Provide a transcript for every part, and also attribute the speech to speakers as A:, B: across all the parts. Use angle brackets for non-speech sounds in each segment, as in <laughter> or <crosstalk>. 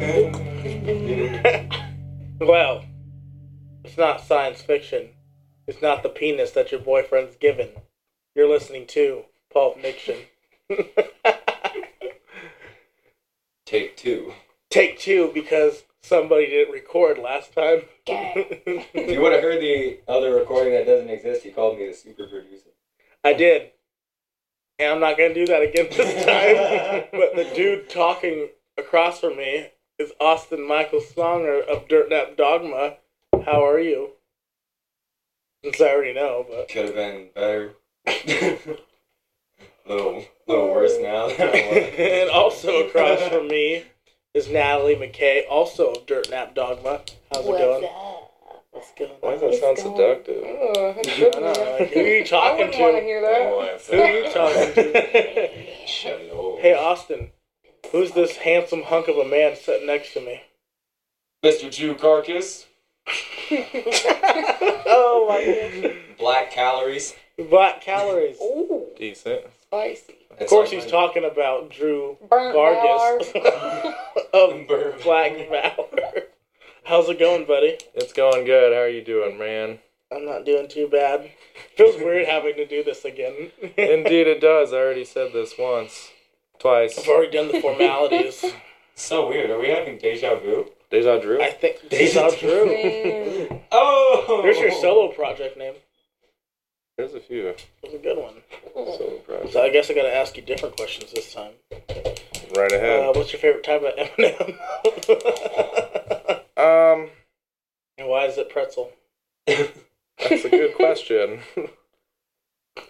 A: <laughs> well, it's not science fiction. It's not the penis that your boyfriend's given. You're listening to Pulp Fiction. <laughs>
B: Take two.
A: Take two because somebody didn't record last time. <laughs>
B: If you would have heard the other recording that doesn't exist, he called me the super producer.
A: I did. And I'm not going to do that again <laughs> this time. but the dude talking across from me is Austin Michael Songer of Dirt Nap Dogma. How are you? Since I already know, but.
B: Could have been <laughs> better. little, little worse now. Than I
A: <laughs> and
B: was.
A: also across from me is Natalie McKay, also of Dirt Nap Dogma. How's it going?
C: up?
A: What's going
D: <laughs> Why
A: on?
D: does that sound
C: It's going-
A: <laughs>
D: seductive?
E: Oh, I
A: I don't know, like, who are you
E: <laughs> I
A: talking
E: wouldn't want to
A: to?
E: hear
B: Don't
E: that.
B: laugh.
A: Who are you talking to? <laughs>
B: Hello.
A: hey, Austin, who's this handsome hunk of a man sitting next to me? <laughs>
B: Mr. Jew Carcass.
A: oh my goodness.
B: Black calories.
A: Black calories. Of
E: Ooh,
D: Decent.
E: spicy.
B: Of
A: course, he's talking about Drew <laughs>
E: Burnt Vargas.
A: Vargas of
B: Burn.
A: Black Valor. How's it going, buddy?
D: It's going good. How are you doing, man?
A: I'm not doing too bad. Feels weird having to do this again. <laughs>
D: Indeed, it does. I already said this once, twice.
A: I've already done the <laughs> formalities.
B: <laughs> So weird. Are we having deja vu?
D: Deja Drew.
A: I think this is how <laughs> Drew.
B: Oh!
A: Here's your solo project name.
D: There's a few
A: It's a good one.
D: solo projects.
A: So I guess I gotta ask you different questions this time.
D: Right
A: Uh,
D: ahead.
A: what's your favorite type of M&M?
D: Um,
A: and why is it pretzel?
B: Oh.
D: that's a good question. <laughs>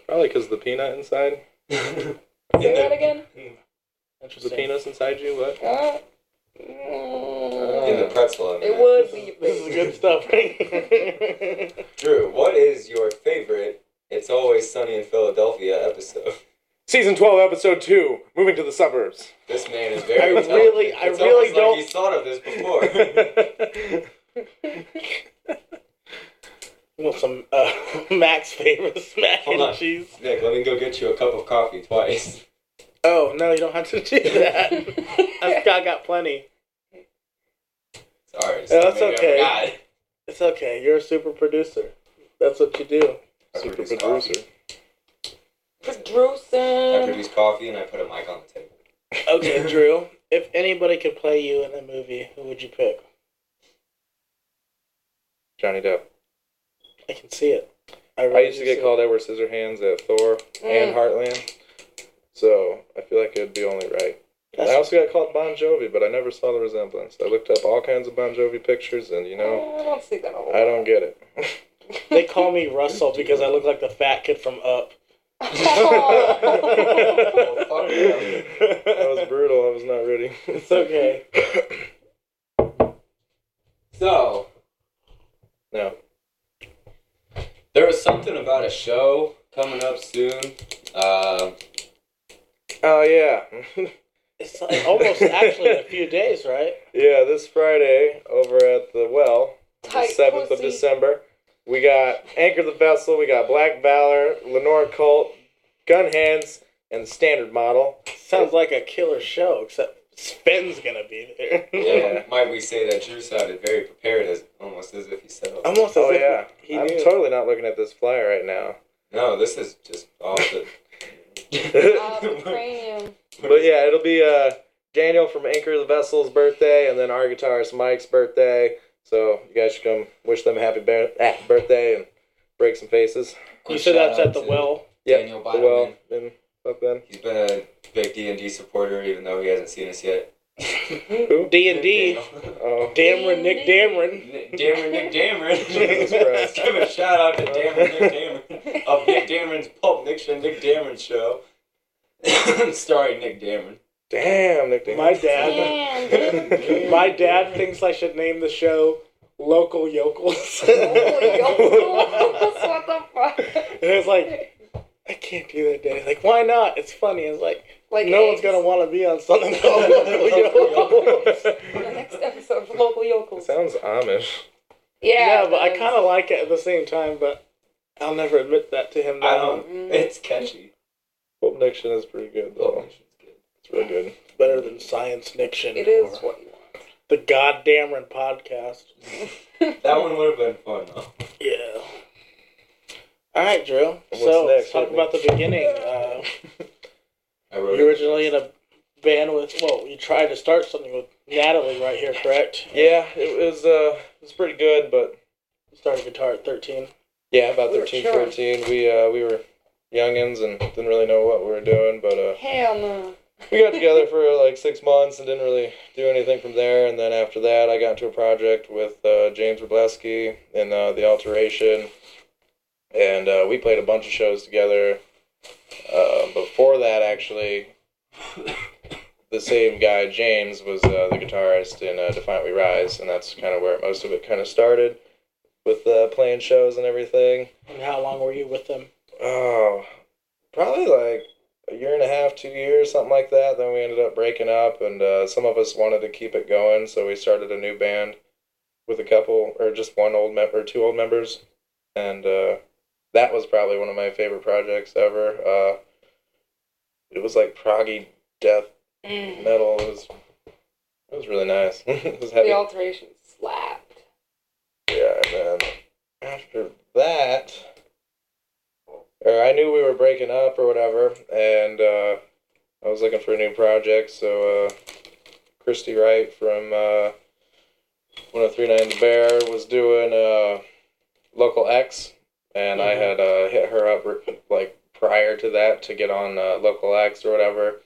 D: Probably because the peanut inside,
E: Say that again.
D: the
A: Interesting.
D: penis inside you. uh, What?
E: Uh,
B: <laughs>
E: mm,
B: In the pretzel. in
E: it
B: there.
E: would be <laughs>
A: This is good stuff, right? <laughs>
B: Drew, what is your favorite It's Always Sunny in Philadelphia episode?
D: Season twelve, episode two. Moving to the suburbs.
B: This man is very
A: I
B: intelligent.
A: really- I
B: it's
A: really
B: almost
A: don't-
B: Like he's thought of this
A: <laughs>
D: <laughs>
B: before.
A: You want some uh, <laughs> Mac's favorite mac
B: Hold
A: and
B: on.
A: cheese?
B: Nick, let me go get you a cup of coffee twice. <laughs>
A: Oh no, you don't have to do that. <laughs> I've got, got plenty.
B: Sorry.
A: Yeah, that's
B: maybe
A: okay.
B: I forgot.
A: It's okay. You're a super producer. That's what you do.
B: I
D: Super
B: produce
D: producer.
B: coffee. I
E: producing.
B: produce coffee and I put a mic on the table.
D: <laughs>
A: Okay, Drew. If anybody could play you in a movie, who would you pick?
D: Johnny Depp.
A: I can see it.
D: I
A: really
D: used to
A: do see
D: get
A: it.
D: called Edward Scissorhands at Thor
E: Mm.
D: and Heartland, so I feel like it'd be only right. And I
A: That's-
D: also got called Bon Jovi, but I never saw the resemblance. I looked up all kinds of Bon Jovi pictures, and you know,
E: I don't see that a
D: I don't get it.
A: They
E: <laughs>
A: call <laughs> me Russell because I look like the fat kid from
B: <laughs>
A: Up.
B: Oh, fuck yeah.
A: <laughs>
D: That was brutal. I was not ready. <laughs>
A: It's okay.
B: So,
D: No.
B: there was something about a show coming up soon.
A: <laughs>
B: Uh,
D: Oh yeah, <laughs>
A: It's like almost actually in a few days, right?
D: yeah. This Friday over at the well, the
E: Tight
D: seventh of
E: pussy.
D: December, we got Anchor the Vessel, we got Black Valor, Lenore Colt, Gun Hands, and the Standard Model.
A: Sounds like a killer show, except Sven's gonna be there.
B: yeah, might we say that Drew sounded very prepared, as almost as if he said. it.
A: <laughs> Almost as
D: Oh
A: if
D: yeah,
A: he
D: I'm
A: knew.
D: totally not looking at this flyer right now.
B: No, this is just off the.
E: Uh, the
A: <laughs>
E: cranium.
D: <laughs>
B: <laughs>
D: But yeah, it'll be uh, Daniel from Anchor the Vessel's birthday, and then our guitarist Mike's birthday. So you guys should come wish them a happy bir- ah, birthday and break some faces.
A: You said that's at the well.
D: Yep,
B: Daniel
D: the well and up then.
B: He's been a big D and D supporter, even though he hasn't seen us yet.
D: Who?
A: D and D.
D: Oh,
A: Dameron, Nick Dameron.
B: Nick Dameron, Nick <laughs> Dameron.
D: Jesus Christ.
B: Let's give a shout out to Dameron, <laughs> Nick Dameron of
E: <laughs>
B: Nick Dameron's Pulp Fiction, Nick Dameron show, <laughs> starring Nick Dameron.
D: damn, Nick. Dameron.
A: My
D: <laughs>
A: dad.
E: Damn,
A: <laughs>
E: dude.
A: My dad thinks I should name the show Local Yokels.
E: Holy yokels. <laughs> what the fuck?
A: <laughs> And it's like, I can't do that, Dad. He's like, why not? It's funny. It's like,
E: Like
A: <laughs> no one's
E: eggs.
A: gonna want to be on something called Local Yokels.
E: The next episode of local yokels.
D: Sounds Amish.
E: Yeah,
A: Yeah, but I
E: it
A: kind of like it at the same time, but I'll never admit that to him.
B: I
A: Now.
B: don't. It's catchy.
D: Pulp Fiction is pretty good
B: Pulp
D: though.
B: Fiction's good.
D: It's real good.
A: It's better than science fiction.
E: is. It is what you want.
A: The goddamn podcast.
B: That one would have been fun though.
A: Yeah. All right, Drew.
D: What's
A: so
D: next,
A: let's talk
D: Whitney?
A: about the beginning. Uh,
B: I wrote
A: you
B: it.
A: originally in a band with well, you tried to start something with Natalie right here, correct?
D: Yeah, it was uh, it was pretty good, but
A: You started guitar at thirteen.
D: yeah, about
E: We were
D: 13,
E: sure.
D: 14, we uh, we were youngins and didn't really know what we were doing, but uh,
E: Hell no.
D: we got together for like six months and didn't really do anything from there. And then after that, I got into a project with uh, James Robleski and uh, the Alteration, and uh, we played a bunch of shows together. Uh, before that, actually, the same guy James was uh, the guitarist in uh, Defiant We Rise, and that's kind of where most of it kind of started with uh, playing shows and everything.
A: And how long were you with them?
D: Oh, probably like a year and a half, two years, something like that. Then we ended up breaking up, and uh, some of us wanted to keep it going, so we started a new band with a couple, or just one old member, two old members, and uh, that was probably one of my favorite projects ever. Uh, it was like proggy death
E: <laughs> Mm.
D: metal. It was it was really nice. <laughs> it was heavy.
E: The alteration slapped.
D: Yeah, and then after that, or I knew we were breaking up or whatever, and uh, I was looking for a new project. So uh, Christy Wright from uh, 1039 The Bear was doing uh, Local X, and I
A: Mhm.
D: had uh, hit her up like prior to that to get on uh, Local X or whatever,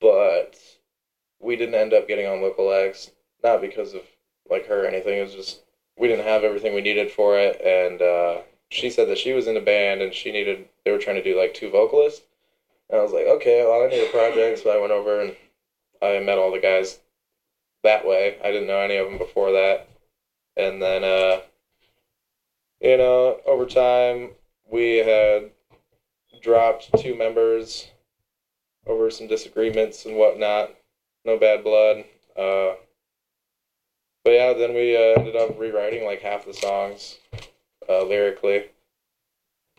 D: but we didn't end up getting on Local X, not because of like her or anything. It was just we didn't have everything we needed for it and uh, she said that she was in a band and she needed they were trying to do like two vocalists and i was like okay well i need a project so i went over and i met all the guys that way i didn't know any of them before that and then uh, you know over time we had dropped two members over some disagreements and whatnot no bad blood uh, but yeah, then we uh, ended up rewriting like half the songs uh, lyrically.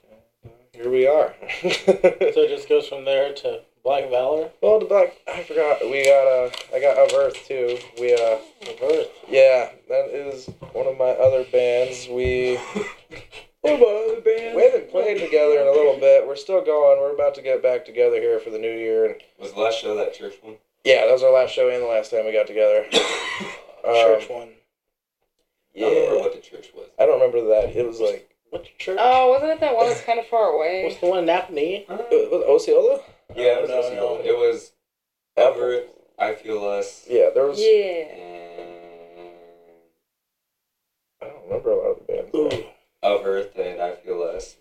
D: And, uh, Here we are. <laughs>
A: So it just goes from there to Black Valor.
D: well, the black I forgot we got uh I got of Earth too. We uh
A: Reverse.
D: yeah that is one of my other bands. We
B: <laughs>
D: one of my other bands. We haven't played together in a little bit. We're still going. We're about to get back together here for the new year. And
B: Was the last show that church one?
D: yeah, that was our last show and the last time we got together.
A: Church
D: Um,
A: one.
B: I don't remember
D: yeah,
B: what the church was.
D: I don't remember that. It was like
A: What's your church?
E: Oh, wasn't it that one that's kind of far
A: Uh, What's
E: away?
A: the one in Napanee?
B: Uh,
D: it was Osceola.
B: yeah, it was,
A: No,
B: also-
A: no.
B: it was Everett, I Feel Us,
D: Yeah, there was.
E: Yeah.
B: and
D: I don't remember a lot of the bands.
A: Ooh.
B: Of Earth and I Feel Us.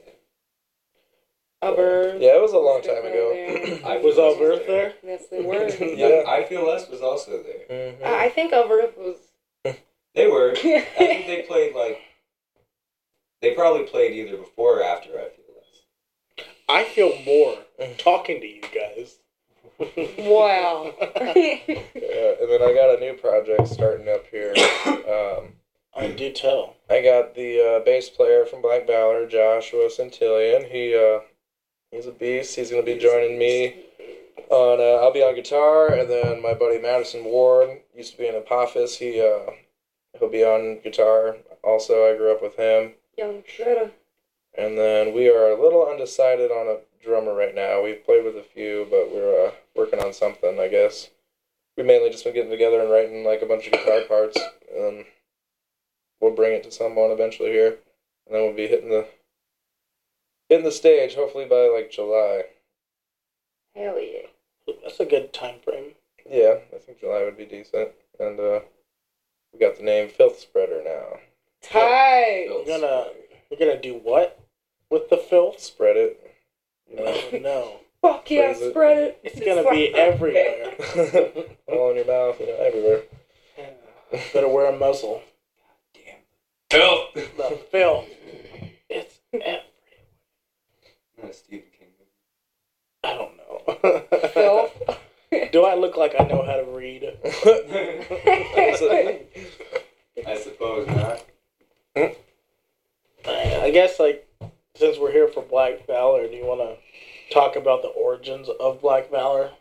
E: Upper.
D: Yeah, it was a long time ago.
E: ago.
B: I
A: Was
B: Feel
A: all
B: Us
A: birth there?
E: Yes, they were. Uh,
B: Yeah,
D: Yeah.
B: I Feel Us was also there.
D: <clears throat>
E: I think Upper was. <laughs>
B: They were. I think they played like. They probably played either before or after I Feel Us.
A: I feel more talking to you guys. <laughs>
E: wow. <laughs>
D: Yeah, and then I got a new project starting up here. um,
A: I do tell.
D: I got the uh, bass player from Black Valor, Joshua Centillion. He uh, he's a beast. He's gonna be joining me on. Uh, I'll be on guitar, and then my buddy Madison Ward used to be in Apophis. He uh, he'll be on guitar. Also, I grew up with him.
E: Young Shredder.
D: And then we are a little undecided on a drummer right now. We've played with a few, but we're uh, working on something, I guess. We've mainly just been getting together and writing like a bunch of guitar parts, and then we'll bring it to someone eventually here, and then we'll be hitting the hitting the stage hopefully by like July.
E: Hell yeah.
A: That's a good time frame.
D: Yeah, I think July would be decent, and uh, we got the name Filth Spreader now.
E: Tight.
B: Built
A: gonna- You're gonna do what with the filth?
D: Spread it. You know?
A: <laughs>
D: <laughs>
A: Oh, no,
E: Fuck yeah,
D: Phrase it.
E: spread it.
A: it's gonna
E: <laughs>
A: be everywhere.
D: All in your mouth, you know, everywhere.
A: Better wear a muzzle.
B: Filth.
A: <laughs> The filth. It's. ev-
B: Not a Stephen King. movie.
A: I don't know. <laughs>
E: Filth.
A: Do I look like I know how to read?
B: <laughs>
D: <laughs>
E: <laughs>
B: I suppose not.
A: I I guess like since we're here for Black Valor, do you want to talk about the origins of Black Valor?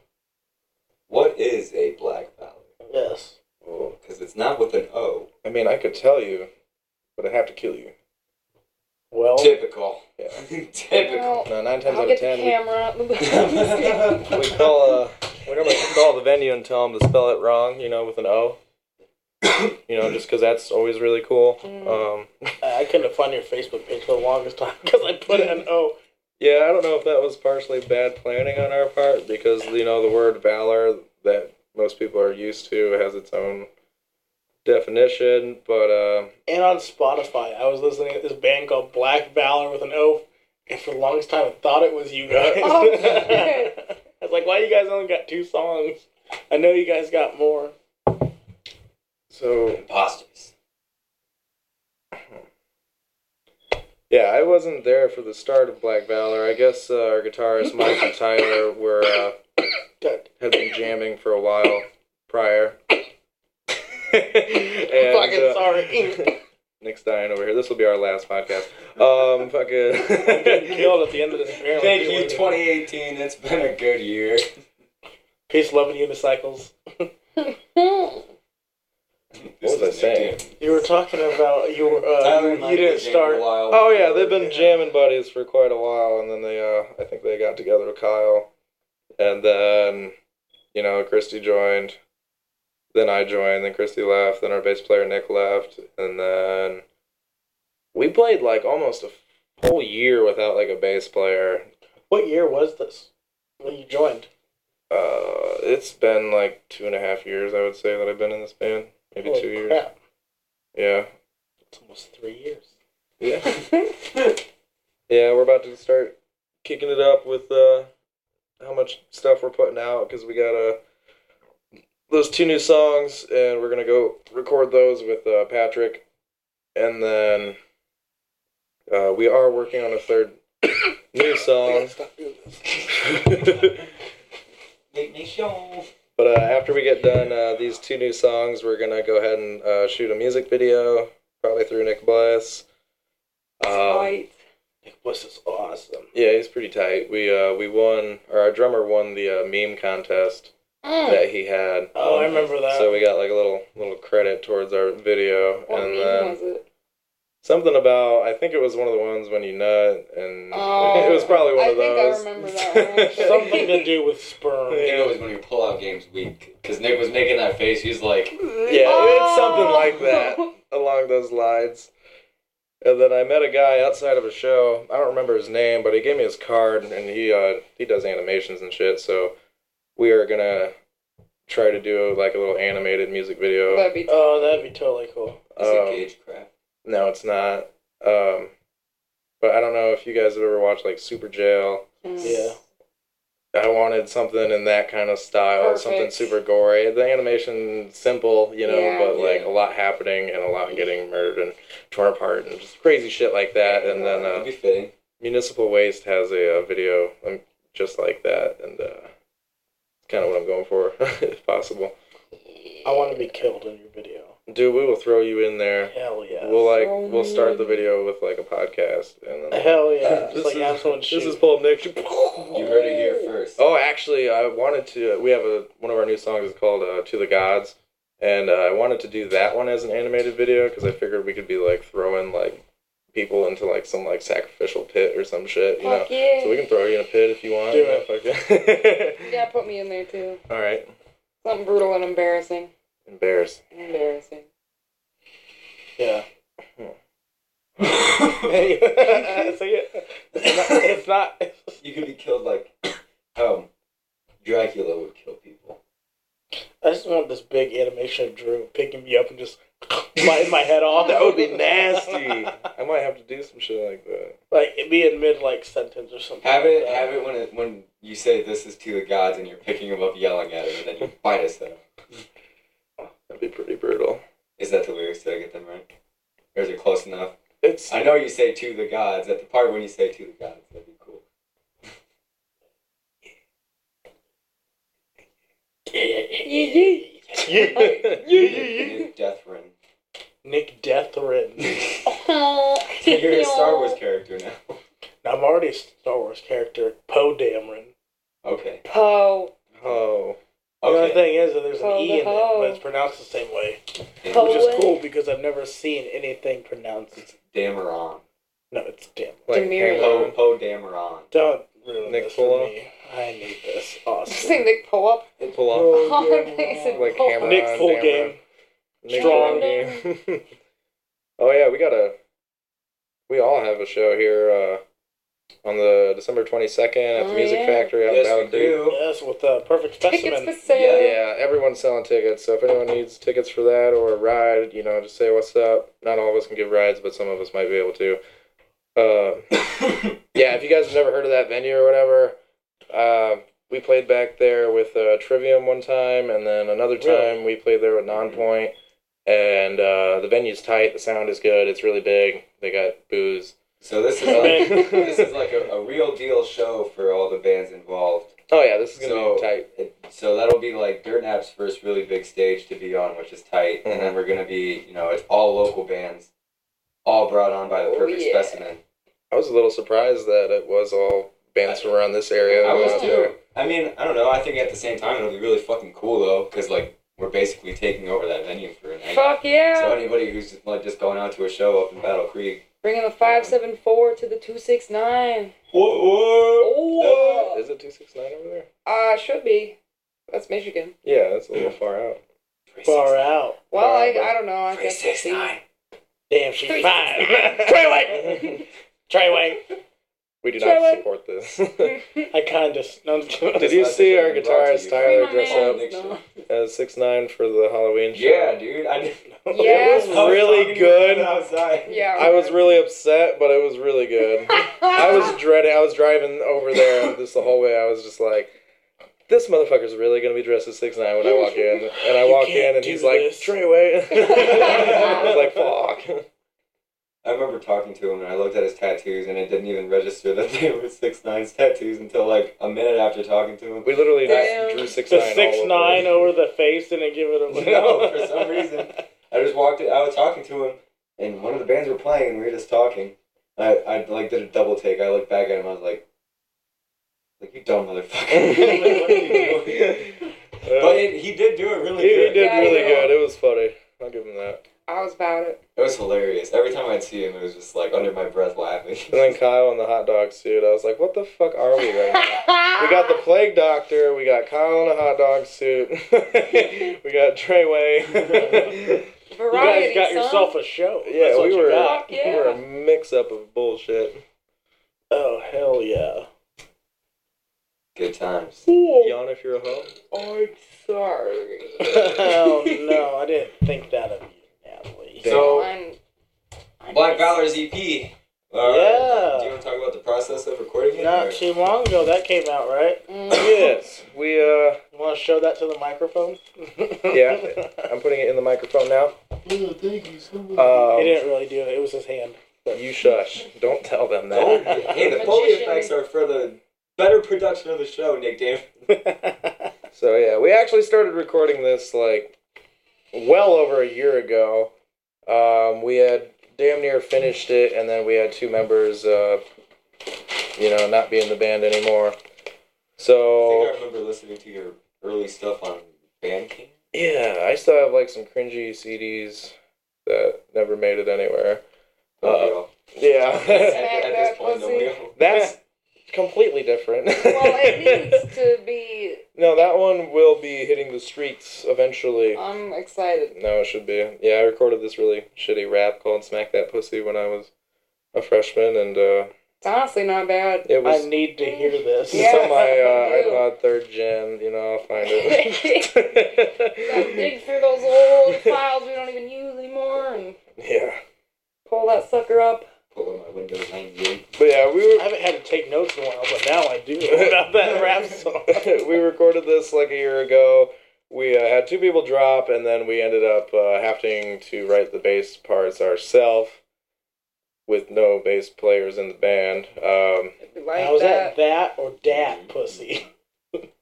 B: What is a black ballad?
A: Yes.
D: Cool.
B: because it's not with an O.
D: I mean, I could tell you, but I have to kill you.
A: Well,
B: Typical.
D: Yeah.
B: <laughs> Typical.
D: Now, nine times
E: I'll
D: out
E: get
D: of
E: the
D: ten, we,
E: camera. I'm just
D: <laughs>
E: <laughs> kidding.
D: we call uh, we normally call the venue and tell them to spell it wrong. You know, with an O. You know, just because that's always really cool. Um,
A: I I couldn't find your Facebook page for the longest time <laughs> because I put an O.
D: <laughs> yeah, I don't know if that was partially bad planning on our part because you know the word valor that most people are used to has its own definition, but uh,
A: And on Spotify, I was listening to this band called Black Valor with an O, and for the longest time I thought it was you guys. <laughs>
E: Oh, shit.
A: I was like, why you guys only got two songs? I know you guys got more.
D: so
B: Imposters.
D: Yeah, I wasn't there for the start of Black Valor. I guess uh,
A: <laughs>
D: our guitarist Mike and Tyler were uh,
A: Good.
D: had been jamming for a while
A: <laughs>
D: prior. and,
A: Fucking
D: uh, <laughs>
A: sorry.
D: Nick's dying over here. This will be our last podcast.
A: Getting <laughs>
D: Um, fucking. <laughs>
A: killed at the end of this. apparently.
B: Thank you, 2018. It's been a good year.
A: <laughs> Peace, love, and unicycles.
D: was I saying?
A: You were talking about you were
D: <laughs>
A: uh, you, you didn't start.
D: oh yeah, they've been jamming buddies for quite a while, and then they uh, I think they got together with Kyle, and then you know Christy joined, then I joined, then Christy left, then our bass player Nick left, and then we played like almost a f- whole year without like a bass player.
A: What year was this when you joined?
D: Uh, it's been like two and a half years, I would say, that I've been in this band. Maybe
A: Holy
D: two years.
A: crap,
D: Yeah.
A: It's almost three years.
D: Yeah. <laughs> yeah, we're about to start kicking it up with uh, how much stuff we're putting out because we got uh, those two new songs, and we're gonna go record those with uh, Patrick, and then uh, we are working on a third <coughs> new
A: I
D: song. <laughs>
A: gotta stop doing this.
B: <laughs> Make me show.
D: But uh, after we get done uh, these two new songs, we're gonna go ahead and uh, shoot a music video, probably through Nick Bliss. Um,
E: Right.
A: Nick Bliss is awesome.
D: Yeah, he's pretty tight. We uh we won, or our drummer won the uh, meme contest
E: Mm.
D: that he had.
A: Oh, I remember that.
D: uh, So we got like a little little credit towards our video,
E: What
D: and
E: meme
D: then
E: was it?
D: something about I think it was one of the ones when you nut, and <laughs>
E: Oh,
D: it was probably one
E: I
D: of
E: think I
D: those.
E: remember
D: <laughs>
E: that one.
A: Something to do with sperm.
B: I think it was when your pullout game's weak. Because Nick was making that face. He's like,
D: yeah,
E: Oh!
D: it's something like that along those lines. And then I met a guy outside of a show. I don't remember his name, but he gave me his card, and he uh, he does animations and shit. So we are gonna try to do like a little animated music
E: <laughs>
D: video.
E: That'd be
A: Oh, that'd be totally cool.
B: it's a
D: Um,
B: gauge crap.
D: No, it's not. Um, but I don't know if you guys have ever watched like Super Jail.
A: Yeah.
D: I wanted something in that kind of style, something
E: Perfect.
D: super gory. The animation simple, you know,
E: Yeah.
D: but like
B: Yeah.
D: a lot happening and a lot getting murdered and torn apart and just crazy shit like that. And then
B: It'd
D: uh,
B: be fitting.
D: Municipal Waste has a, uh video um, just like that, and uh, it's kind of what I'm going for, <laughs> if possible.
A: I want to be killed in your video.
D: Dude, we will throw you in there.
A: Hell yeah.
D: We'll like
E: Throw me
D: we'll start the
E: in.
D: video with like a podcast, and then
A: Hell
D: <laughs>
A: yeah.
D: This
A: Just like
D: is-
A: have someone shoot.
D: this is Paul Nick.
B: You heard it here <laughs> first.
D: Oh, actually, I wanted to. We have a one of our new songs is called uh, "To the Gods," and uh, I wanted to do that one as an animated video because I figured we could be like throwing like people into like some like sacrificial pit or some shit, you know.
E: Fuck yeah.
D: So we can throw you in a pit if you want.
A: Do
D: you know, fuck it.
E: Yeah, put me in there too.
D: <laughs> All right.
E: Something brutal and embarrassing.
D: Embarrassed.
E: Embarrassing.
D: <laughs>
A: Yeah.
B: you
A: Anyway, so yeah. It's not. It's not
B: could be killed like um, Dracula would kill people.
A: I just want this big animation of Drew picking me up and just <laughs> biting my head off.
D: That would be <laughs> nasty. I might have to do some shit like that.
A: <laughs> Like it'd be in mid like sentence or something.
B: Have it,
A: like
B: have it when it, when you say this is to the gods and you're picking him up, yelling at him, and then you bite his head. off.
D: That'd be pretty brutal.
B: Is that the lyrics? Did I get them right? Or is it close enough?
E: <laughs>
D: It's <laughs>
B: I know you say to the gods. At the part when you say to the gods, that'd be cool. Nick <laughs> Deathrin.
A: <laughs> Nick Deathrin.
B: You're a Star Wars character now. <laughs>
A: I'm already a Star Wars character. Poe Dameron.
B: Okay.
E: Poe.
D: oh
A: The only
B: Okay.
A: thing is that there's an
E: Oh,
A: E in it,
E: no.
A: but it's pronounced the same way,
E: Oh,
A: which is
E: what?
A: cool because I've never seen anything pronounced.
B: Dameron.
A: No, it's damn.
D: Like
E: Demure.
B: Poe
D: Hamlin.
B: Poe Dameron.
A: Don't ruin
D: Nick
A: this
D: Polo?
A: for me. I need this.
E: <laughs> Just
A: Awesome.
E: think they pull up.
D: pull off.
A: Oh,
E: Oh,
A: damn.
E: they said
D: Like
E: pull
D: hammer.
E: up.
A: Nick
D: on
A: full
D: Dameron.
A: game.
D: Nick
A: Strong.
D: Strong game. <laughs> oh yeah, we got a. We all have a show here uh, on the December twenty second at the
E: Oh,
D: Music
E: yeah.
D: Factory out in
B: Yes,
D: Battle
B: we
D: Creek.
B: do.
A: <laughs> Yes, with the perfect
E: Tickets for
A: specimen.
E: sale.
D: Yeah, everyone's selling tickets. So if anyone needs tickets for that or a ride, you know, just say what's up. Not all of us can give rides, but some of us might be able to. Uh, yeah, if you guys have never heard of that venue or whatever, uh, we played back there with uh, Trivium one time, and then another
A: Really?
D: time we played there with Nonpoint. And uh, the venue's tight. The sound is good. It's really big. They got booze.
B: <laughs> so this is
A: Man.
B: like, <laughs> this
E: <laughs>
B: is like a, a real deal show for all the bands involved.
D: Oh yeah, this is gonna
B: So-
D: be tight.
B: It, so that'll be like Dirt Nap's first really big stage to be on, which is tight. And then we're gonna be, you know, it's all local bands, all brought on by the
E: Oh,
B: Perfect
E: yeah.
B: Specimen.
D: I was a little surprised that it was all bands from around this area.
B: I was
E: Yeah.
B: too. I mean, I don't know. I think at the same time it'll be really fucking cool though, because like we're basically taking over that venue for a night.
E: Fuck yeah.
B: So anybody who's just, like just going out to a show up in Battle Creek.
E: Bringing the 574 to the 269.
B: Whoa, whoa.
E: Oh,
D: Is it two six nine over there?
E: uh, should be. That's Michigan.
D: Yeah, that's a little far out.
A: Far out.
E: Well, I,
D: Alright,
E: I don't know. I
B: Three
E: guess
B: six nine.
A: Damn, she's
E: <laughs>
A: fine. Treyway! Treyway!
D: We do
E: Try
D: not
E: one. <laughs>
D: support this.
E: we'll
D: Did
E: see.
A: I kind of. No, Did <laughs>
D: you
B: That's
D: see
B: the
D: our
B: thing brought to
D: guitarist
B: you.
D: Tyler
E: My
D: dress
E: man.
D: up
B: man's
E: No.
D: as six nine for the Halloween show?
B: Yeah, dude. I did.
E: Yeah.
D: It was really good.
B: Outside.
E: Yeah.
D: I was really upset, but it was really good.
E: <laughs>
D: I was dreading. I was driving over there this the whole way. I was just like, "This motherfucker's really gonna be dressed as six nine when I walk in." And I
A: You
D: walk
A: can't
D: in, and
A: do
D: he's like,
A: this.
D: "Treyway." <laughs> I was like, "Fuck."
B: I remember talking to him and I looked at his tattoos and it didn't even register <laughs> that they were six nine's tattoos until like a minute after talking to him.
D: We literally
E: Damn.
D: drew six
A: The
D: nine.
A: six nine over the face didn't give it a look. <laughs>
B: no, for some reason. I just walked in, I was talking to him and one of the bands were playing and we were just talking. I, I like did a double take. I looked back at him, I was like like you dumb motherfucker. <laughs> Like, what are you doing? But it, he did do it really
D: He, he
B: good.
D: did
E: Yeah,
D: really
E: yeah.
D: good. It was funny. I'll give him that.
E: I was about <laughs> it.
B: It was hilarious. Every time I'd see him it was just like under my breath laughing.
D: And then Kyle in the hot dog suit. I was like, what the fuck are we right now? We got the plague doctor. We got Kyle in a hot dog suit. <laughs> we got <laughs> Treyway.
A: You guys
E: variety.
A: got
E: son.
A: yourself a show.
D: yeah,
A: That's what
D: we
A: you
D: were
A: got.
E: Fuck yeah.
D: we were a mix up of bullshit.
A: Oh hell
D: <laughs>
A: yeah!
B: <laughs> Good times.
D: Yawn if you're a hoe.
E: I'm sorry.
A: <laughs> oh no, I didn't think that of you, Natalie.
D: Damn.
B: So
E: I'm, I'm
B: Black
E: just-
B: Valor's EP. Yeah.
A: Yeah.
B: Do you want to talk about the process of recording it? or-
A: Not too long ago, that came out, right?
E: Mm.
D: yes, we uh,
A: You want to show that to the microphone?
D: Yeah. I'm putting it in the microphone now.
A: he
D: Um,
A: didn't really do it. It was his hand.
D: you shush. Don't tell them
B: Oh,
D: that.
B: hey, the Foley
E: Magician.
B: effects are for the better production of the show, Nick Damon.
D: So yeah, we actually started recording this like well over a year ago. Um, we had damn near finished it, and then we had two members, uh, you know, not be in the band anymore.
B: I think I
D: So
B: remember listening to your early stuff on Bandcamp.
D: yeah, I still have like some cringy CDs that never made it anywhere.
B: Don't we
D: Uh,
B: all?
D: <laughs> Yeah,
E: <laughs>
B: at, at
E: that
B: this point, don't we all?
D: that's <laughs> completely different.
E: Well, <laughs>
D: <laughs>
E: it needs to be.
D: no, that one will be hitting the streets eventually.
E: I'm excited.
D: No, it should be. Yeah, I recorded this really shitty rap called "Smack That Pussy" when I was a freshman, and uh,
E: It's honestly not bad.
A: <laughs>
D: it
A: I
D: was
A: need to hear this.
D: it's on
E: <laughs> Yeah.
D: my uh, iPod third gen. You know, I'll find
E: Gotta <laughs>
D: it. <laughs>
E: dig through those old files we don't even use anymore and
D: yeah,
E: pull that sucker up.
B: Pull up my Windows 98.
D: but yeah,
A: <laughs>
D: we
A: I
D: were.
A: haven't had to take notes in a while, but now I do <laughs> about
D: <laughs>
A: that rap song.
D: we recorded this like a year ago. We uh, had two people drop, and then we ended up uh, having to write the bass parts ourselves, with no bass players in the band. Um,
E: It'd be like
A: How was
E: that.
A: <laughs> that that or dat pussy? <laughs>
D: that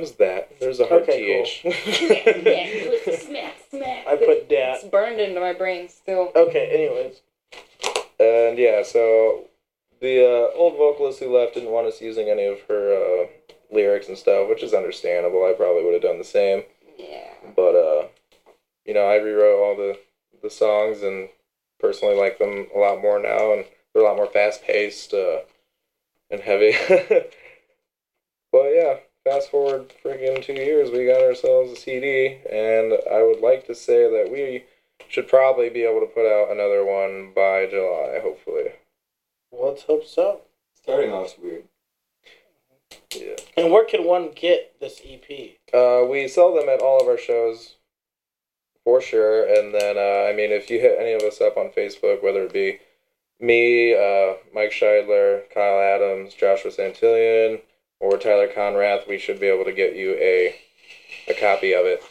D: was that. There's a hard
A: Okay,
D: th.
A: <laughs>
E: smack, smack.
A: I put dat.
E: It's burned into my brain still.
A: Okay, anyways.
D: <laughs> And yeah, so the uh, old vocalist who left didn't want us using any of her uh, lyrics and stuff, which is understandable. I probably would have done the same.
E: Yeah.
D: But uh, you know, I rewrote all the the songs and personally like them a lot more now, and they're a lot more fast paced uh, and heavy. <laughs> but yeah, fast forward freaking two years, we got ourselves a CD, and I would like to say that we should probably be able to put out another one by July, hopefully.
A: Let's hope so.
B: Starting off's weird.
D: Yeah.
A: And where can one get this E EP?
D: Uh, we sell them at all of our shows for sure. And then, uh, I mean, if you hit any of us up on Facebook, whether it be me, uh, Mike Scheidler, Kyle Adams, Joshua Santillan, or Tyler Conrath, we should be able to get you a, a copy of it.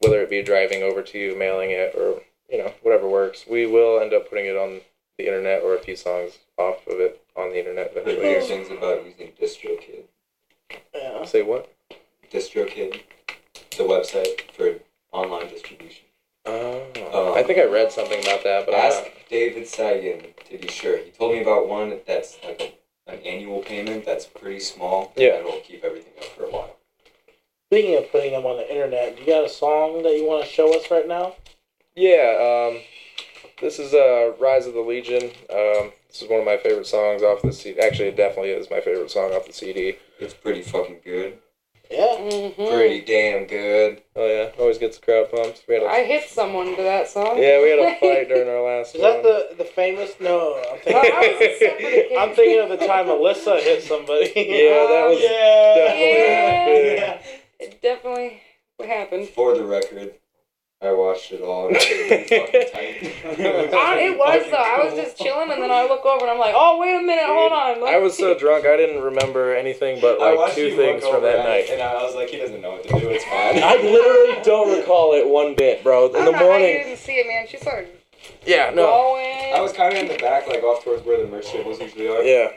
D: Whether it be driving over to you, mailing it, or, you know, whatever works. We will end up putting it on the internet or a few songs off of it on the internet
B: But
D: eventually.
B: weird things about using DistroKid.
A: Yeah.
D: Say what?
B: DistroKid, the website for online distribution.
D: Oh,
B: Um,
D: I think I read something about that, but I
B: Ask David Sagan to be sure. He told me about one that's like a, an annual payment that's pretty small. and
D: Yeah.
B: It'll keep everything up for a while.
A: Speaking of putting them on the internet, you got a song that you want to show us right now?
D: yeah, um, this is uh, "Rise of the Legion." Um, this is one of my favorite songs off the CD. Actually, it definitely is my favorite song off the CD.
B: It's pretty fucking good.
A: Yeah.
E: Mm-hmm.
B: Pretty damn good.
D: Oh yeah, always gets the crowd pumped. We had a,
E: I hit someone to that song.
D: yeah, we had a
E: <laughs>
D: fight during our
A: <laughs>
D: last.
A: Is that
D: one.
A: the the famous? No, I'm
E: Well,
A: thinking,
E: that was a
A: <laughs>
E: separate
A: I'm thinking of the time Alyssa hit somebody.
D: <laughs> Yeah,
A: <laughs>
D: that was
A: yeah.
D: definitely-
A: Yeah.
E: It definitely happened.
B: For the record, I watched it all. <laughs> And it was fucking
D: <laughs>
B: tight. <laughs>
E: I, it was
B: Fucking
E: though. I was
B: cool.
E: just chilling, and then I look over, and I'm like, "Oh, wait a minute, hold on."
D: I was so drunk I didn't remember anything but
B: I
D: like
B: watched
D: two
B: you
D: things
B: walk
D: from
B: over at
D: that
B: it,
D: night.
B: and I was like, he doesn't know what to do. It's fine.
D: I literally
E: <laughs>
D: don't recall it one bit,
E: I
D: bro. In
E: don't
D: the
E: know how you
D: morning,
E: didn't see it, man. She started
D: yeah, no,
E: blowing.
B: I was kind of in the back, like off towards where the merch tables usually are.
D: yeah,
B: And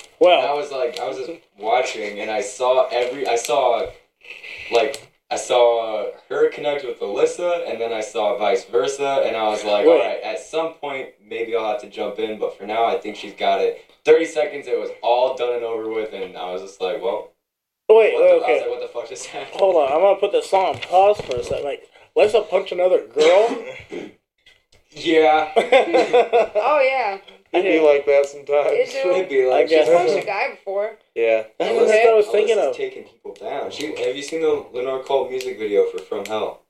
B: I
A: Well,
B: was like, I was just watching, and I saw every, I saw, like, I saw her connect with Alyssa, and then I saw vice versa, and I was like,
A: Wait.
B: all right, at some point, maybe I'll have to jump in, but for now, I think she's got it. 30 seconds, it was all done and over with, and I was just like, well,
A: wait,
B: what the, I was
A: okay.
B: like, what the fuck just <laughs> happened?
A: Hold on, I'm gonna put this song on pause for a second. Like, let's not punch another
D: <laughs>
A: girl. <laughs>
B: Yeah.
A: I
E: Oh yeah,
D: it'd be like that sometimes.
E: It do.
B: It'd be like,
A: I guess.
E: she punched a guy before.
D: <laughs> Yeah,
A: That's what I was thinking of.
B: Alyssa's Oh, taking people down. She, have you seen the Lenore Cole music video for From Hell?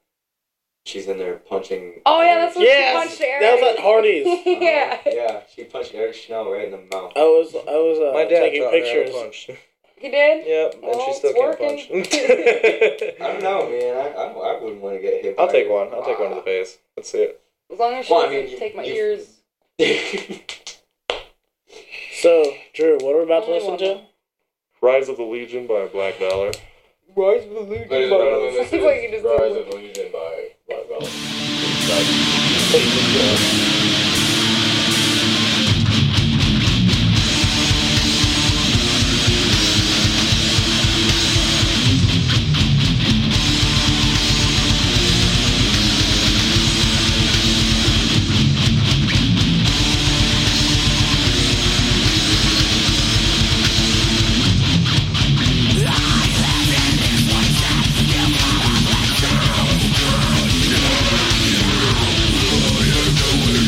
B: She's in there punching.
E: Oh yeah, that's when
A: Yes,
E: she punched Eric.
A: that was at Hardee's.
B: Uh-huh.
E: <laughs> yeah,
B: Yeah, she punched Eric Schnell right in the mouth.
D: Oh.
A: I was I was uh,
D: my dad
A: taking
D: taught me how to
A: pictures.
D: punch.
E: he did.
D: Yep, and
E: Well,
D: she still
E: it's <laughs>
D: can't punch. <laughs>
B: I don't know, man. I, I, I wouldn't want to get hit.
D: I'll
B: by
D: take
B: it.
D: one. I'll take one
B: <laughs>
D: to the face. Let's see it.
E: As long as she
B: Well, I
E: doesn't
B: mean,
E: take my
B: you-
E: ears.
A: So, Drew, what are we about to
E: Only
D: Oh,
A: listen
E: one.
A: to?
D: Rise of the Legion by Black Dollar.
E: Rise of the
D: <laughs>
E: Legion.
B: Ladies and gentlemen, this
E: Like you
B: is
E: just
B: Rise of
E: did.
B: Illusion by Black Belt.
C: Thank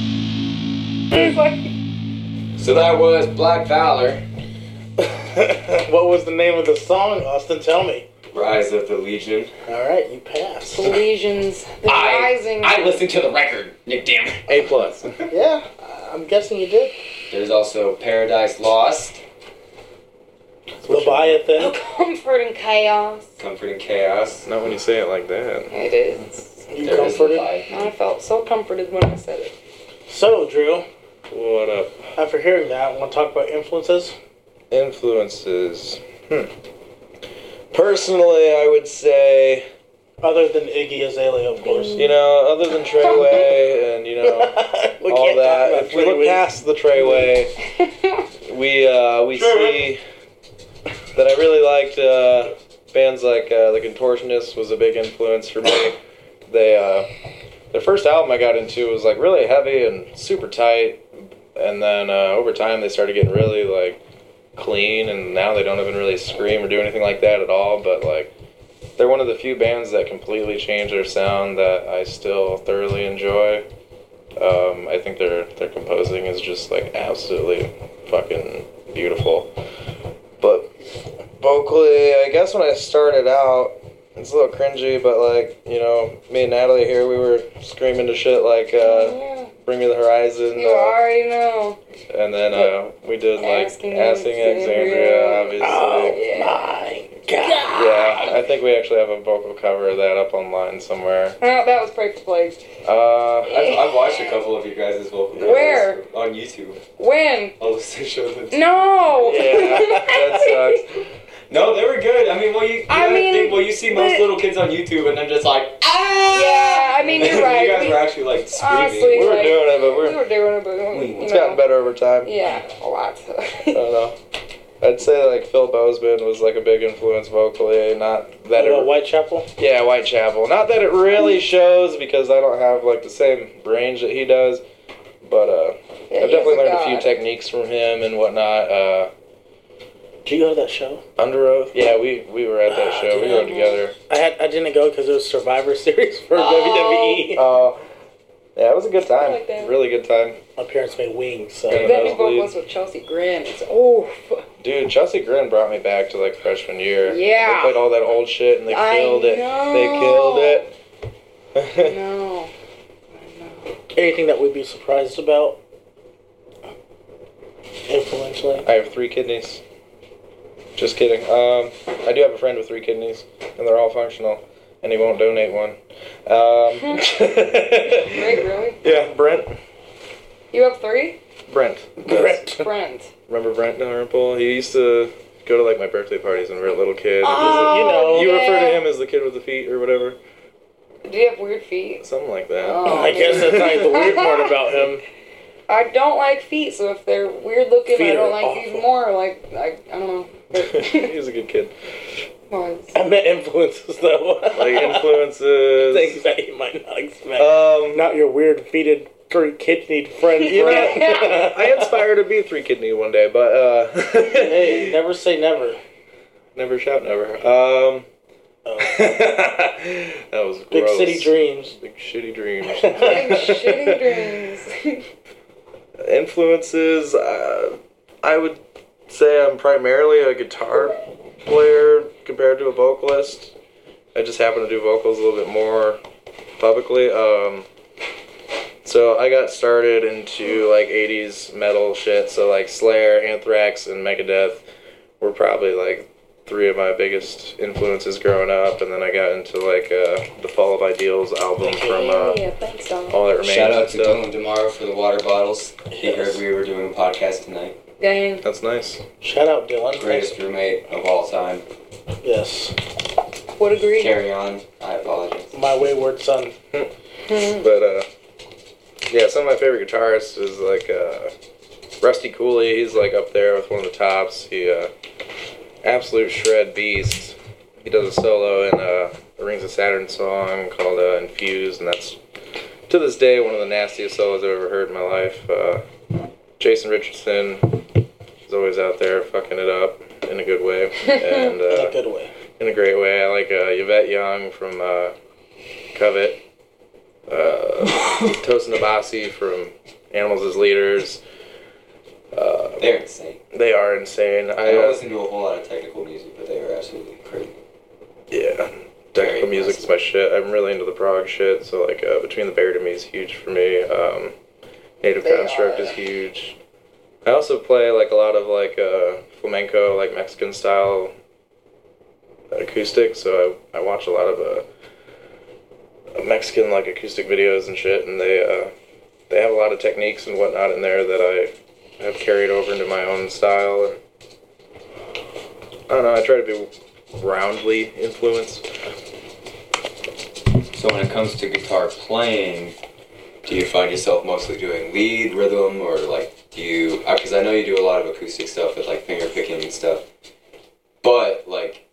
E: He's like,
B: So that was Black Valor,
A: <laughs> what was the name of the song, Austin? Tell me.
B: Rise of the Legion.
A: All right, you pass.
E: lesions, the rising.
B: I
E: <laughs>
B: listened to the record, Nick damn it.
D: A plus.
A: Yeah, I'm guessing you did.
B: <laughs> There's also Paradise Lost,
A: Leviathan.
E: comfort and chaos.
B: Comfort in Chaos.
D: Not when you say it like that.
E: It is.
A: You
B: There is
A: comforted.
B: Leviathan.
E: I felt so comforted when I said it. <laughs>
A: So, Drew,
D: What up?
A: after hearing that, want to talk about influences?
D: Influences. Hmm. Personally, I would say,
A: Other than Iggy Azalea, of course.
D: you know, other
A: <laughs>
D: than Treyway and, you know,
A: we
D: all
A: can't talk
D: that,
A: about
D: if we look
A: Treyway.
D: past the Treyway, we, uh, we
A: Sure.
D: see that I really liked uh, bands like uh, The Contortionists was a big influence for me. They, uh, their first album I got into was like really heavy and super tight, and then uh, over time they started getting really like clean and now they don't even really scream or do anything like that at all but like they're one of the few bands that completely change their sound that I still thoroughly enjoy. Um, I think their their composing is just like absolutely fucking beautiful. But vocally, I guess when I started out, it's a little cringy, but like you know, me and Natalie here, we were screaming to shit like uh,
E: yeah,
D: "Bring Me the Horizon,"
E: you
D: uh,
E: already know.
D: and then uh, we did like
E: Asking
D: asking Alexandria,
E: Alexandria.
D: obviously.
A: Oh
E: Yeah.
A: my god.
D: Yeah, I think we actually have a vocal cover of that up online somewhere.
E: Oh, that was practice plays.
D: Uh,
B: I've, I've watched a couple of you guys as well.
E: Where?
B: On YouTube.
E: When?
B: All the social links.
E: No.
D: Yeah, that sucks.
B: No, they were good. I mean, well, you, you
E: I
B: gotta
E: mean,
B: think, well, you see most
E: but-
B: little kids on YouTube, and they're just like,
E: <laughs> Yeah, I mean you're
B: <laughs>
E: right.
B: you guys
E: We-
B: were actually like screaming.
E: honestly-
D: We were
E: Like,
D: doing it, but
E: we
D: we're
E: were doing it, but you
D: it's
E: know.
D: gotten better over time. I
E: Yeah, a lot. <laughs>
D: don't know. I'd say like Phil Bozeman was like a big influence vocally. Not
A: What
D: that
A: about
D: it,
A: Whitechapel?
D: yeah, Whitechapel. Not that it really shows because I don't have like the same range that he does, but uh,
E: Yeah,
D: I've definitely
E: he's
D: learned a few
E: god.
D: techniques from him and whatnot. Uh,
A: Do you go to that show?
D: Under Oath. Yeah, we we were at that show. We were together.
A: I had I didn't go because it was Survivor <laughs> Series for E.
E: Oh.
A: WWE.
D: Oh, yeah, it was a good time.
E: like that.
D: really good time,
A: My parents made wings, so
D: Yeah.
E: That new book was with Chelsea Grin. It's oh, f-
D: dude. Chelsea Grin brought me back to like freshman year.
E: Yeah.
D: they played all that old shit and they
E: I
D: killed it. They killed it. <laughs>
E: no. <laughs>
A: anything that we'd be surprised about. Influentially.
D: I have three kidneys. Just kidding. Um, I do have a friend with three kidneys, and they're all functional, and he won't donate one.
E: <laughs>
D: Um, <laughs>
E: Greg, really?
D: yeah, Brent.
E: You have three?
D: Brent.
A: Brent.
E: Friends.
D: Remember Brent Dalrymple? He used to go to like my birthday parties when we were a little kid.
A: you know,
D: you
E: Oh, yeah.
D: refer to him as the kid with the feet or whatever,
E: Do you have weird feet?
D: something like that.
E: Oh.
A: I guess that's not
E: <laughs>
A: the weird part about him.
E: I don't like feet, so if they're weird looking,
A: Feet
E: I
A: are
E: don't like
A: awful.
E: even more. Like, like I don't know.
D: <laughs> he was a good kid. <laughs>
E: Was.
A: I meant influences though. <laughs>
D: Like
A: things
D: influences.
A: that you might not expect.
D: Um,
A: not your weird feated three kidneyed friend.
D: you
A: Brent.
D: know, I
A: <laughs>
D: aspire to be three kidney one day, but uh, <laughs>
A: hey, never say never.
D: never shout never. Um, <laughs>
A: Oh.
D: that was
A: Big
D: gross.
A: city dreams.
D: Big
A: <laughs>
D: shitty dreams.
E: Like shitty dreams. <laughs>
D: influences uh, i would say i'm primarily a guitar player compared to a vocalist i just happen to do vocals a little bit more publicly um, so i got started into like 80s metal shit so like slayer anthrax and megadeth were probably like three of my biggest influences growing up and then i got into like uh, the fall of ideals album <laughs> from uh,
E: yeah, thanks, Donna.
D: all that remains
B: Shout out
D: and
B: to
D: stuff.
B: Dylan Demaro for the water bottles. He
A: Yes.
B: heard we were doing a podcast tonight.
E: Dang.
D: that's nice
A: Shout out Dylan.
B: Greatest roommate of all time.
A: Yes.
E: Would agree.
B: Carry on. I apologize.
A: My wayward son.
D: But uh, yeah, some of my favorite guitarists is like uh, Rusty Cooley. He's like up there with one of the tops. He uh, absolute shred beast. He does a solo in uh, a Rings of Saturn song called uh, "Infused," and that's to this day one of the nastiest solos I've ever heard in my life. Uh, Jason Richardson is always out there fucking it up in a good way,
A: In
D: and uh,
A: a good way.
D: in a great way. I like uh, Yvette Young from uh, Covet, uh, Tosin Abasi from animals as leaders. Uh,
B: They're insane.
D: they are insane.
B: I
D: I
B: don't
D: uh,
B: listen to a whole lot of technical music, but they are absolutely crazy.
D: yeah,
B: Very
D: technical music's my shit. I'm really into the prog shit. So like uh, between the Bear to me is huge for me. Um, Native
E: They
D: Construct
E: are.
D: is huge. I also play like a lot of like uh, flamenco, like Mexican style acoustic. So I, I watch a lot of uh, Mexican like acoustic videos and shit, and they uh, they have a lot of techniques and whatnot in there that I have carried over into my own style. And I don't know. I try to be roundly influenced.
B: So when it comes to guitar playing, do you find yourself mostly doing lead, rhythm, or like do you? Because I know you do a lot of acoustic stuff with like finger picking and stuff, but like,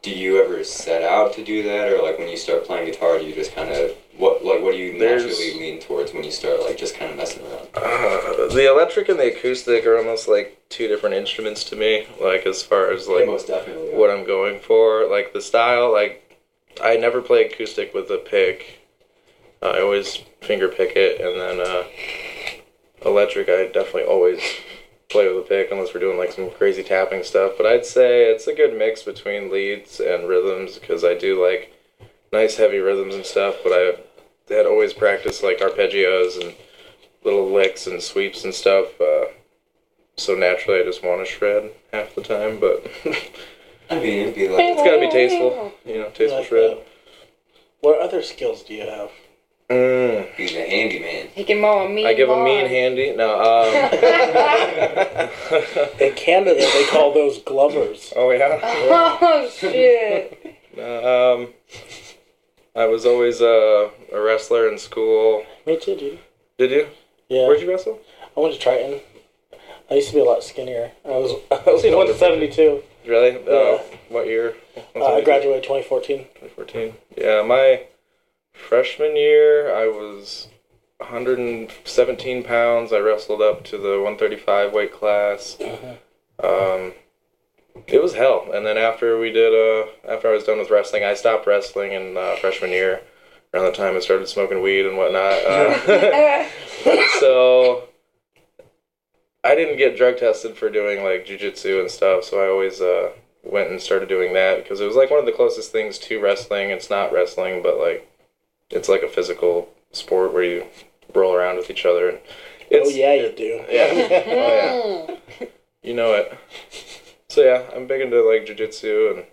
B: do you ever set out to do that, or like when you start playing guitar, do you just kind of what like what do you
D: There's-
B: naturally lean towards when you start like just kind of messing around?
D: Uh, the electric and the acoustic are almost like two different instruments to me. Like as far as like
B: most definitely.
D: what I'm going for. Like the style, like I never play acoustic with a pick. I always finger pick it, and then uh, electric. I definitely always play with a pick unless we're doing like some crazy tapping stuff. But I'd say it's a good mix between leads and rhythms because I do like nice heavy rhythms and stuff. But I had always practiced like arpeggios and little licks and sweeps and stuff. Uh, so naturally, I just want to shred half the time, but. <laughs>
B: I mean, it'd be like
D: It's gotta be tasteful, you know, tasteful
A: Like
D: shred.
A: that. What other skills do you have?
D: Mm.
B: he's a handyman.
E: <laughs>
D: <laughs>
E: He can mow a mean
D: I give a
E: lawn.
D: mean handy. No, um. <laughs>
A: In Canada, <laughs> they call those glovers.
E: <laughs>
D: oh yeah.
E: <laughs> oh, shit.
D: <laughs>
E: <laughs>
D: No, um. I was always uh, a wrestler in school.
A: Me too, dude.
D: Did you?
A: Yeah,
D: Where'd you wrestle?
A: I went to Triton. I used to be a lot skinnier. I was <laughs> I was
D: Seen older
A: one seventy two.
D: Really?
A: Yeah.
D: Uh, what year?
A: Uh, I graduated twenty fourteen.
D: 2014. Yeah, my freshman year, I was 117 pounds. I wrestled up to the 135 weight class. Um, it was hell. And then after we did, uh, after I was done with wrestling, I stopped wrestling in uh, freshman year. Around the time I started smoking weed and whatnot. Uh, so I didn't get drug tested for doing like jujitsu and stuff, so I always uh, went and started doing that because it was like one of the closest things to wrestling. It's not wrestling, but like it's like a physical sport where you roll around with each other and it's
A: Oh yeah, you do.
D: <laughs> yeah. Oh, yeah. You know it. So yeah, I'm big into like jujitsu and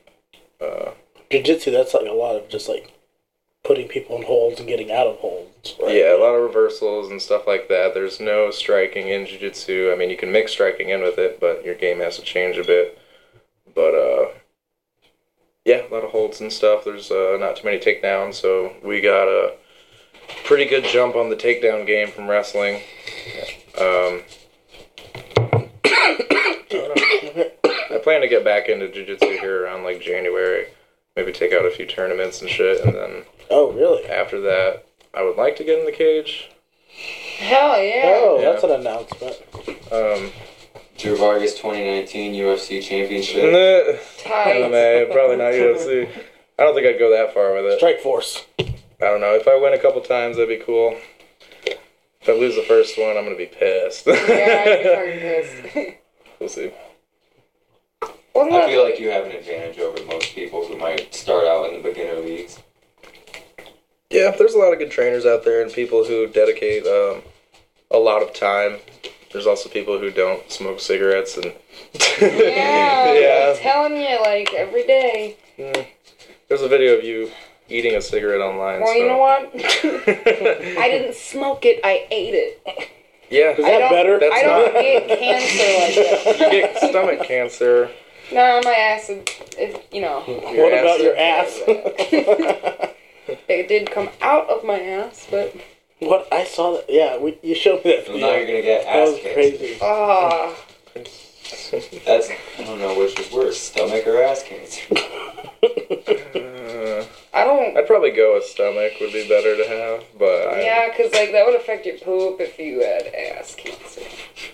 D: uh,
A: Jiu-jitsu, that's like a lot of just like putting people in holds and getting out of holds. right?
D: Yeah, a lot of reversals and stuff like that. There's no striking in jiu-jitsu. I mean, you can mix striking in with it, but your game has to change a bit. But uh yeah, a lot of holds and stuff. There's uh, not too many takedowns, so we got a pretty good jump on the takedown game from wrestling. Um <coughs> I plan to get back into jiu-jitsu here around like January. Maybe take out a few tournaments and shit and then
A: Oh really?
D: after that, I would like to get in the cage.
E: Hell yeah.
A: Oh,
D: Yeah.
A: that's an announcement.
D: Um,
B: Drew Vargas, 2019 UFC Championship.
D: nah,
E: Tight.
D: MMA, probably
E: <laughs>
D: not UFC. I don't think I'd go that far with it.
A: Strike Force.
D: I don't know. If I win a couple times, that'd be cool. If I lose the first one, I'm gonna be pissed.
E: yeah,
D: <laughs>
E: you're fucking pissed.
D: we'll see.
E: <laughs> What
B: I feel
E: about
B: like you have an advantage over most people who might start out in the beginner leagues.
D: Yeah, there's a lot of good trainers out there and people who dedicate um, a lot of time. There's also people who don't smoke cigarettes and
E: <laughs> Yeah,
D: <laughs> Yeah. Mm.
E: I'm telling you, like every day.
D: There's a video of you eating a cigarette online.
E: Well,
D: so.
E: you know
D: <laughs>
E: what? <laughs> I
D: I
E: didn't smoke it. I ate it.
D: Yeah,
A: Is
E: I
A: that
E: don't-
A: better?
D: That's
E: I don't
D: not-
E: get cancer
A: <laughs>
E: like that.
D: you <laughs> get stomach cancer.
E: No, my ass is, is you know,
D: Your
A: what
D: ass
A: about
D: is-
A: your ass?
E: it did come out of my ass, but
A: <laughs> what I saw that. Yeah, we, you showed me that
B: So
A: video.
B: now you're gonna get
A: that
B: ass
A: was
B: kicked.
A: crazy. <laughs>
E: ah,
D: Uh,
B: That's I don't know which is worse, stomach or ass cancer.
D: Uh,
E: I don't.
D: I'd probably go with stomach would be better to have, but I,
E: Yeah, because like that would affect your poop if you had ass cancer.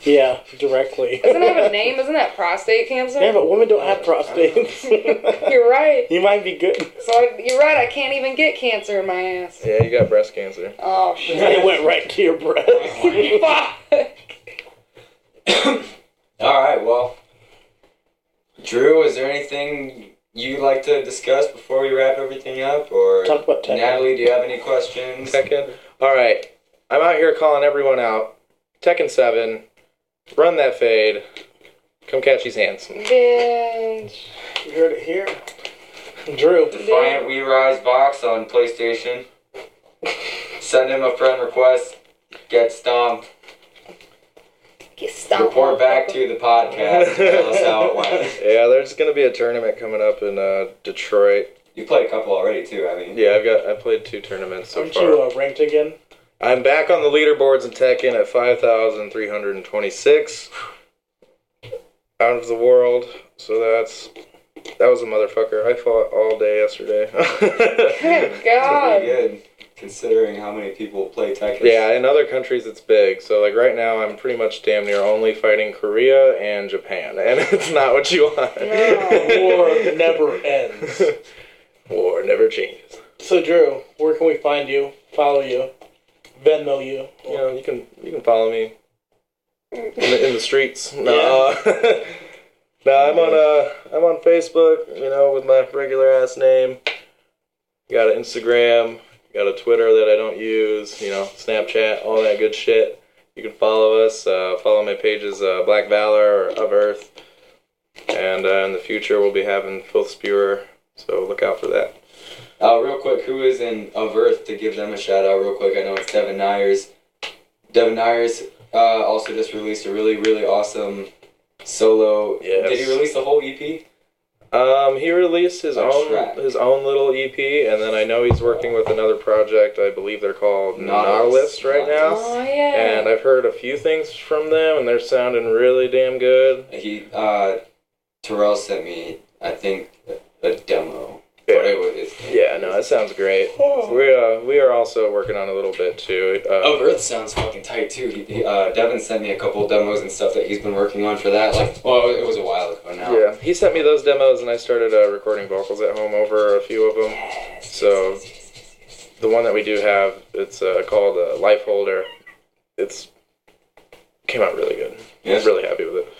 A: Yeah, directly.
E: Doesn't it have a name? Isn't that prostate cancer?
A: Yeah, but women don't have prostates.
E: <laughs> You're right.
A: <laughs> you might be good.
E: <laughs> So I, you're right. I can't even get cancer in my ass.
D: yeah, you got breast cancer.
E: Oh shit.
B: <laughs>
A: It went right to your breast.
E: Fuck.
B: All right, well, Drew, is there anything you'd like to discuss before we wrap everything up, or
A: <laughs> Talk about tech.
B: Natalie, do you have any questions?
D: Tekken. All right, I'm out here calling everyone out. Tekken Seven, run that fade. Come catch these hands.
E: Bitch.
A: You heard it here. Drew.
B: Defiant We Rise box on PlayStation. Send him a friend request. Get stomped.
E: Get stomped.
B: Report back to the podcast. Tell us how
A: <laughs>
B: it went.
D: Yeah, there's gonna be a tournament coming up in uh, Detroit.
B: You played a couple already too. I mean,
D: Yeah, I've got I played two tournaments so
A: Aren't
D: far.
A: you uh, ranked again?
D: I'm back on the leaderboards in Tekken at 5,326 out of the world. So that's that was a motherfucker. I fought all day yesterday.
E: Good
B: <laughs> it's pretty
E: God.
B: good considering how many people play Tekken.
D: <laughs> yeah, in other countries it's big. So like right now I'm pretty much damn near only fighting Korea and Japan, and <laughs> it's not what you want. <laughs>
A: <laughs> War never ends.
D: War never changes.
A: So, Drew, where can we find you, follow you, Venmo you?
D: You know, you can you can follow me in the, in the streets. No, uh, <laughs> no, I'm on uh, I'm on Facebook. You know, with my regular ass name. Got an Instagram. Got a Twitter that I don't use. You know, Snapchat, all that good shit. You can follow us. Uh, follow my pages, uh, Black Valor or Of Earth. And uh, in the future, we'll be having Filth Spewer. So look out for that.
B: Uh, real quick, who is in Of Earth to give them a shout out? Real quick, I know it's Devin Nyers. Devin Nyers uh, also just released a really, really awesome solo.
D: Yes.
B: Did he release the whole E EP?
D: Um, he released his
B: A
D: own
B: track.
D: his own little EP, and then I know he's working with another project. I believe they're called
B: Nautilus.
D: Nautilus right now.
E: Oh yeah.
D: And I've heard a few things from them, and they're sounding really damn good.
B: He uh, Terrell sent me, I think, a, a demo. But it was,
D: Yeah, no, it sounds great. We uh, we are also working on a little bit too.
B: Of
D: Uh,
B: Earth sounds fucking tight too. He, he, uh, Devin sent me a couple demos and stuff that he's been working on for that. Like, well, it was a while ago now.
D: yeah, he sent me those demos, and I started uh, recording vocals at home over a few of them. So the one that we do have, it's uh, called uh, Life Holder. It's came out really good.
B: Yes.
D: I'm really happy with it.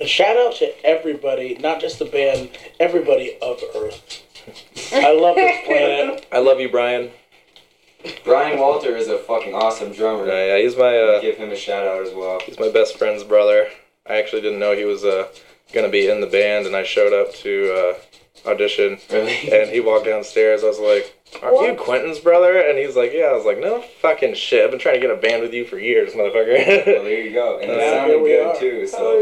A: A shout out to everybody, not just the band, everybody of Earth. I love <laughs> this planet.
D: I love you, Brian.
B: Brian Walter is a fucking awesome drummer.
D: Yeah, yeah, he's my uh,
B: Give him a shout out as well.
D: he's my best friend's brother. I actually didn't know he was uh, gonna be in the band, and I showed up to uh, audition,
B: <laughs>
A: <laughs>
B: Really?
D: and he walked downstairs. I was like, "Aren't you
E: What?
D: Quentin's brother?" And he's like, "Yeah." I was like, "No fucking shit. I've been trying to get a band with you for years,
B: <laughs> Well,
D: <laughs> motherfucker."
B: there you go. And it
A: Yeah,
B: sounded
A: here we
B: good
A: are.
B: too. So,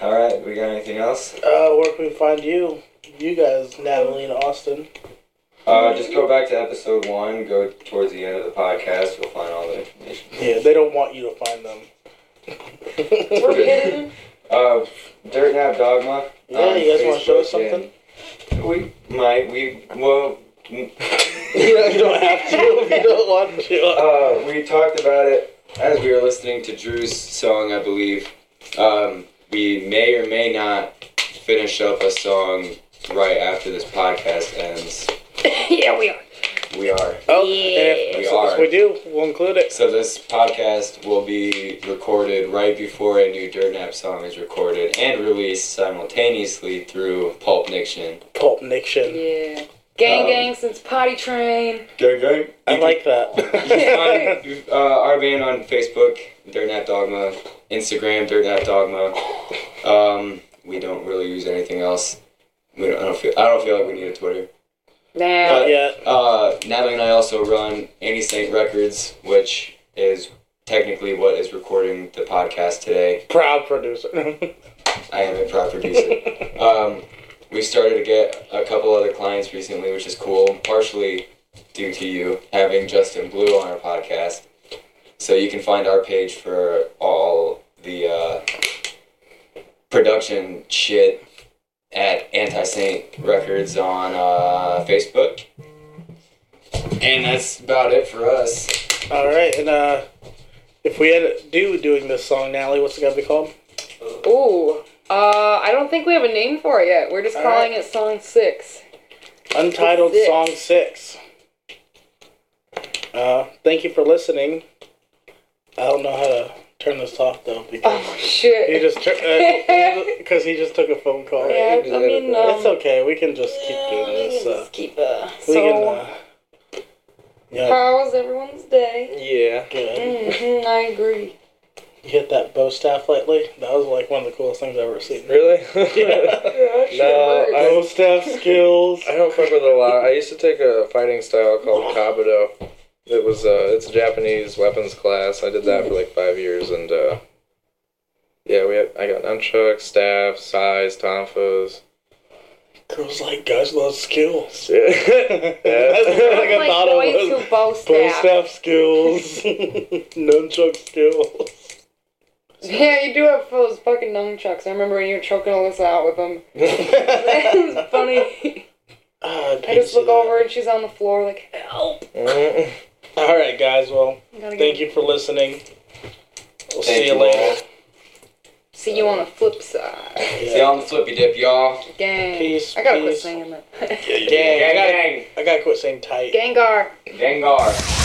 A: Oh,
B: all right, we got anything else?
A: yeah. Uh, where can we find you? You guys, Natalie and Austin.
B: Uh, just go back to episode one. Go towards the end of the podcast. You'll find all the information.
A: Yeah, they don't want you to find them.
E: We're hidden.
B: Uh, Dirt Nap Dogma.
A: Yeah, you guys wanna show us something?
B: We might. We
A: <laughs>
B: well. <laughs> n-
A: <laughs> you don't have to if you don't want to.
B: Uh, we talked about it as we were listening to Drew's song, I believe. Um, we may or may not finish up a song right after this podcast ends.
E: <laughs> yeah, we are.
B: We are.
A: Oh,
E: Yeah.
A: and
B: We
A: if,
B: are.
A: if we do, we'll include it.
B: So this podcast will be recorded right before a new Durnap song is recorded and released simultaneously through Pulp Nixon.
A: Pulp Nixon.
E: Yeah. Gang,
B: Um,
E: gang since potty train.
B: Gang gang.
A: I like
E: <laughs>
A: that.
B: You can find <laughs> uh, our band on Facebook, Dirtnap Dogma, Instagram, Dirtnap Dogma. Um, we don't really use anything else. We don't, I don't feel. I don't feel like we need a Twitter.
E: Nah.
A: Not yet.
B: Uh, Natalie and I also run Any Saint Records, which is technically what is recording the podcast today.
A: Proud producer.
B: I am a proud producer. um, we started to get a couple other clients recently, which is cool, partially due to you having Justin Blue on our podcast. So you can find our page for all the uh, production shit
C: at Anti Saint Records on uh, Facebook. And that's about it for us.
A: All right, and uh, if we had do doing this song, Natalie, what's it gonna be called?
E: Ooh. Uh, I don't think we have a name for it yet. We're just
A: All
E: calling it Song 6.
A: Untitled
E: Six.
A: Song Six. Uh, thank you for listening. I don't know how to turn this off though because
E: <laughs> Oh,
A: he
E: shit.
A: just uh,
E: <laughs>
A: because he just took a phone call.
E: Yeah, I mean, um,
A: It's okay. We can just keep doing this. Uh,
E: Just keep, uh,
A: we can.
E: so,
A: Uh, yeah,
E: how was everyone's day?
D: Yeah.
A: good.
E: Mm-hmm, I agree.
A: You hit that bow staff lately? That was like one of the coolest things I've ever seen.
D: Really? <laughs>
A: Yeah.
E: Yeah,
D: No, I-
A: Bow staff skills.
D: I don't fuck with it a lot. I used to take a fighting style called Kabuto. It was uh, it's a Japanese weapons class. I did that for like five years, and uh, yeah, we had I got nunchucks, staff, size, <laughs> tonfas.
A: Girls like guys love skills.
D: Yeah.
A: That's what I
E: I <laughs> like
A: thought it
E: boys
A: was.
E: who bow
A: Bow
E: staff.
A: staff skills, <laughs> nunchuck skills.
E: <laughs> Yeah, you do have those fucking nunchucks. I remember when you were choking Alyssa out with them. <laughs> it was
D: <laughs>
A: <laughs>
E: <laughs> funny.
A: Ah,
E: I just look over and she's on the floor like, help.
D: Mm.
A: All right, guys. Well,
E: Gotta
A: thank
E: get,
A: you for listening. We'll
C: Thank
A: see you
C: you
A: later.
E: see you on the flip side.
A: Yeah.
C: See you on the flippy dip, y'all.
E: Gang.
A: Peace,
E: I gotta
A: peace.
E: quit saying that. <laughs>
A: Gang. I gotta,
C: Gang,
A: I gotta quit saying tight.
E: Gangar.
C: gang. Gangar.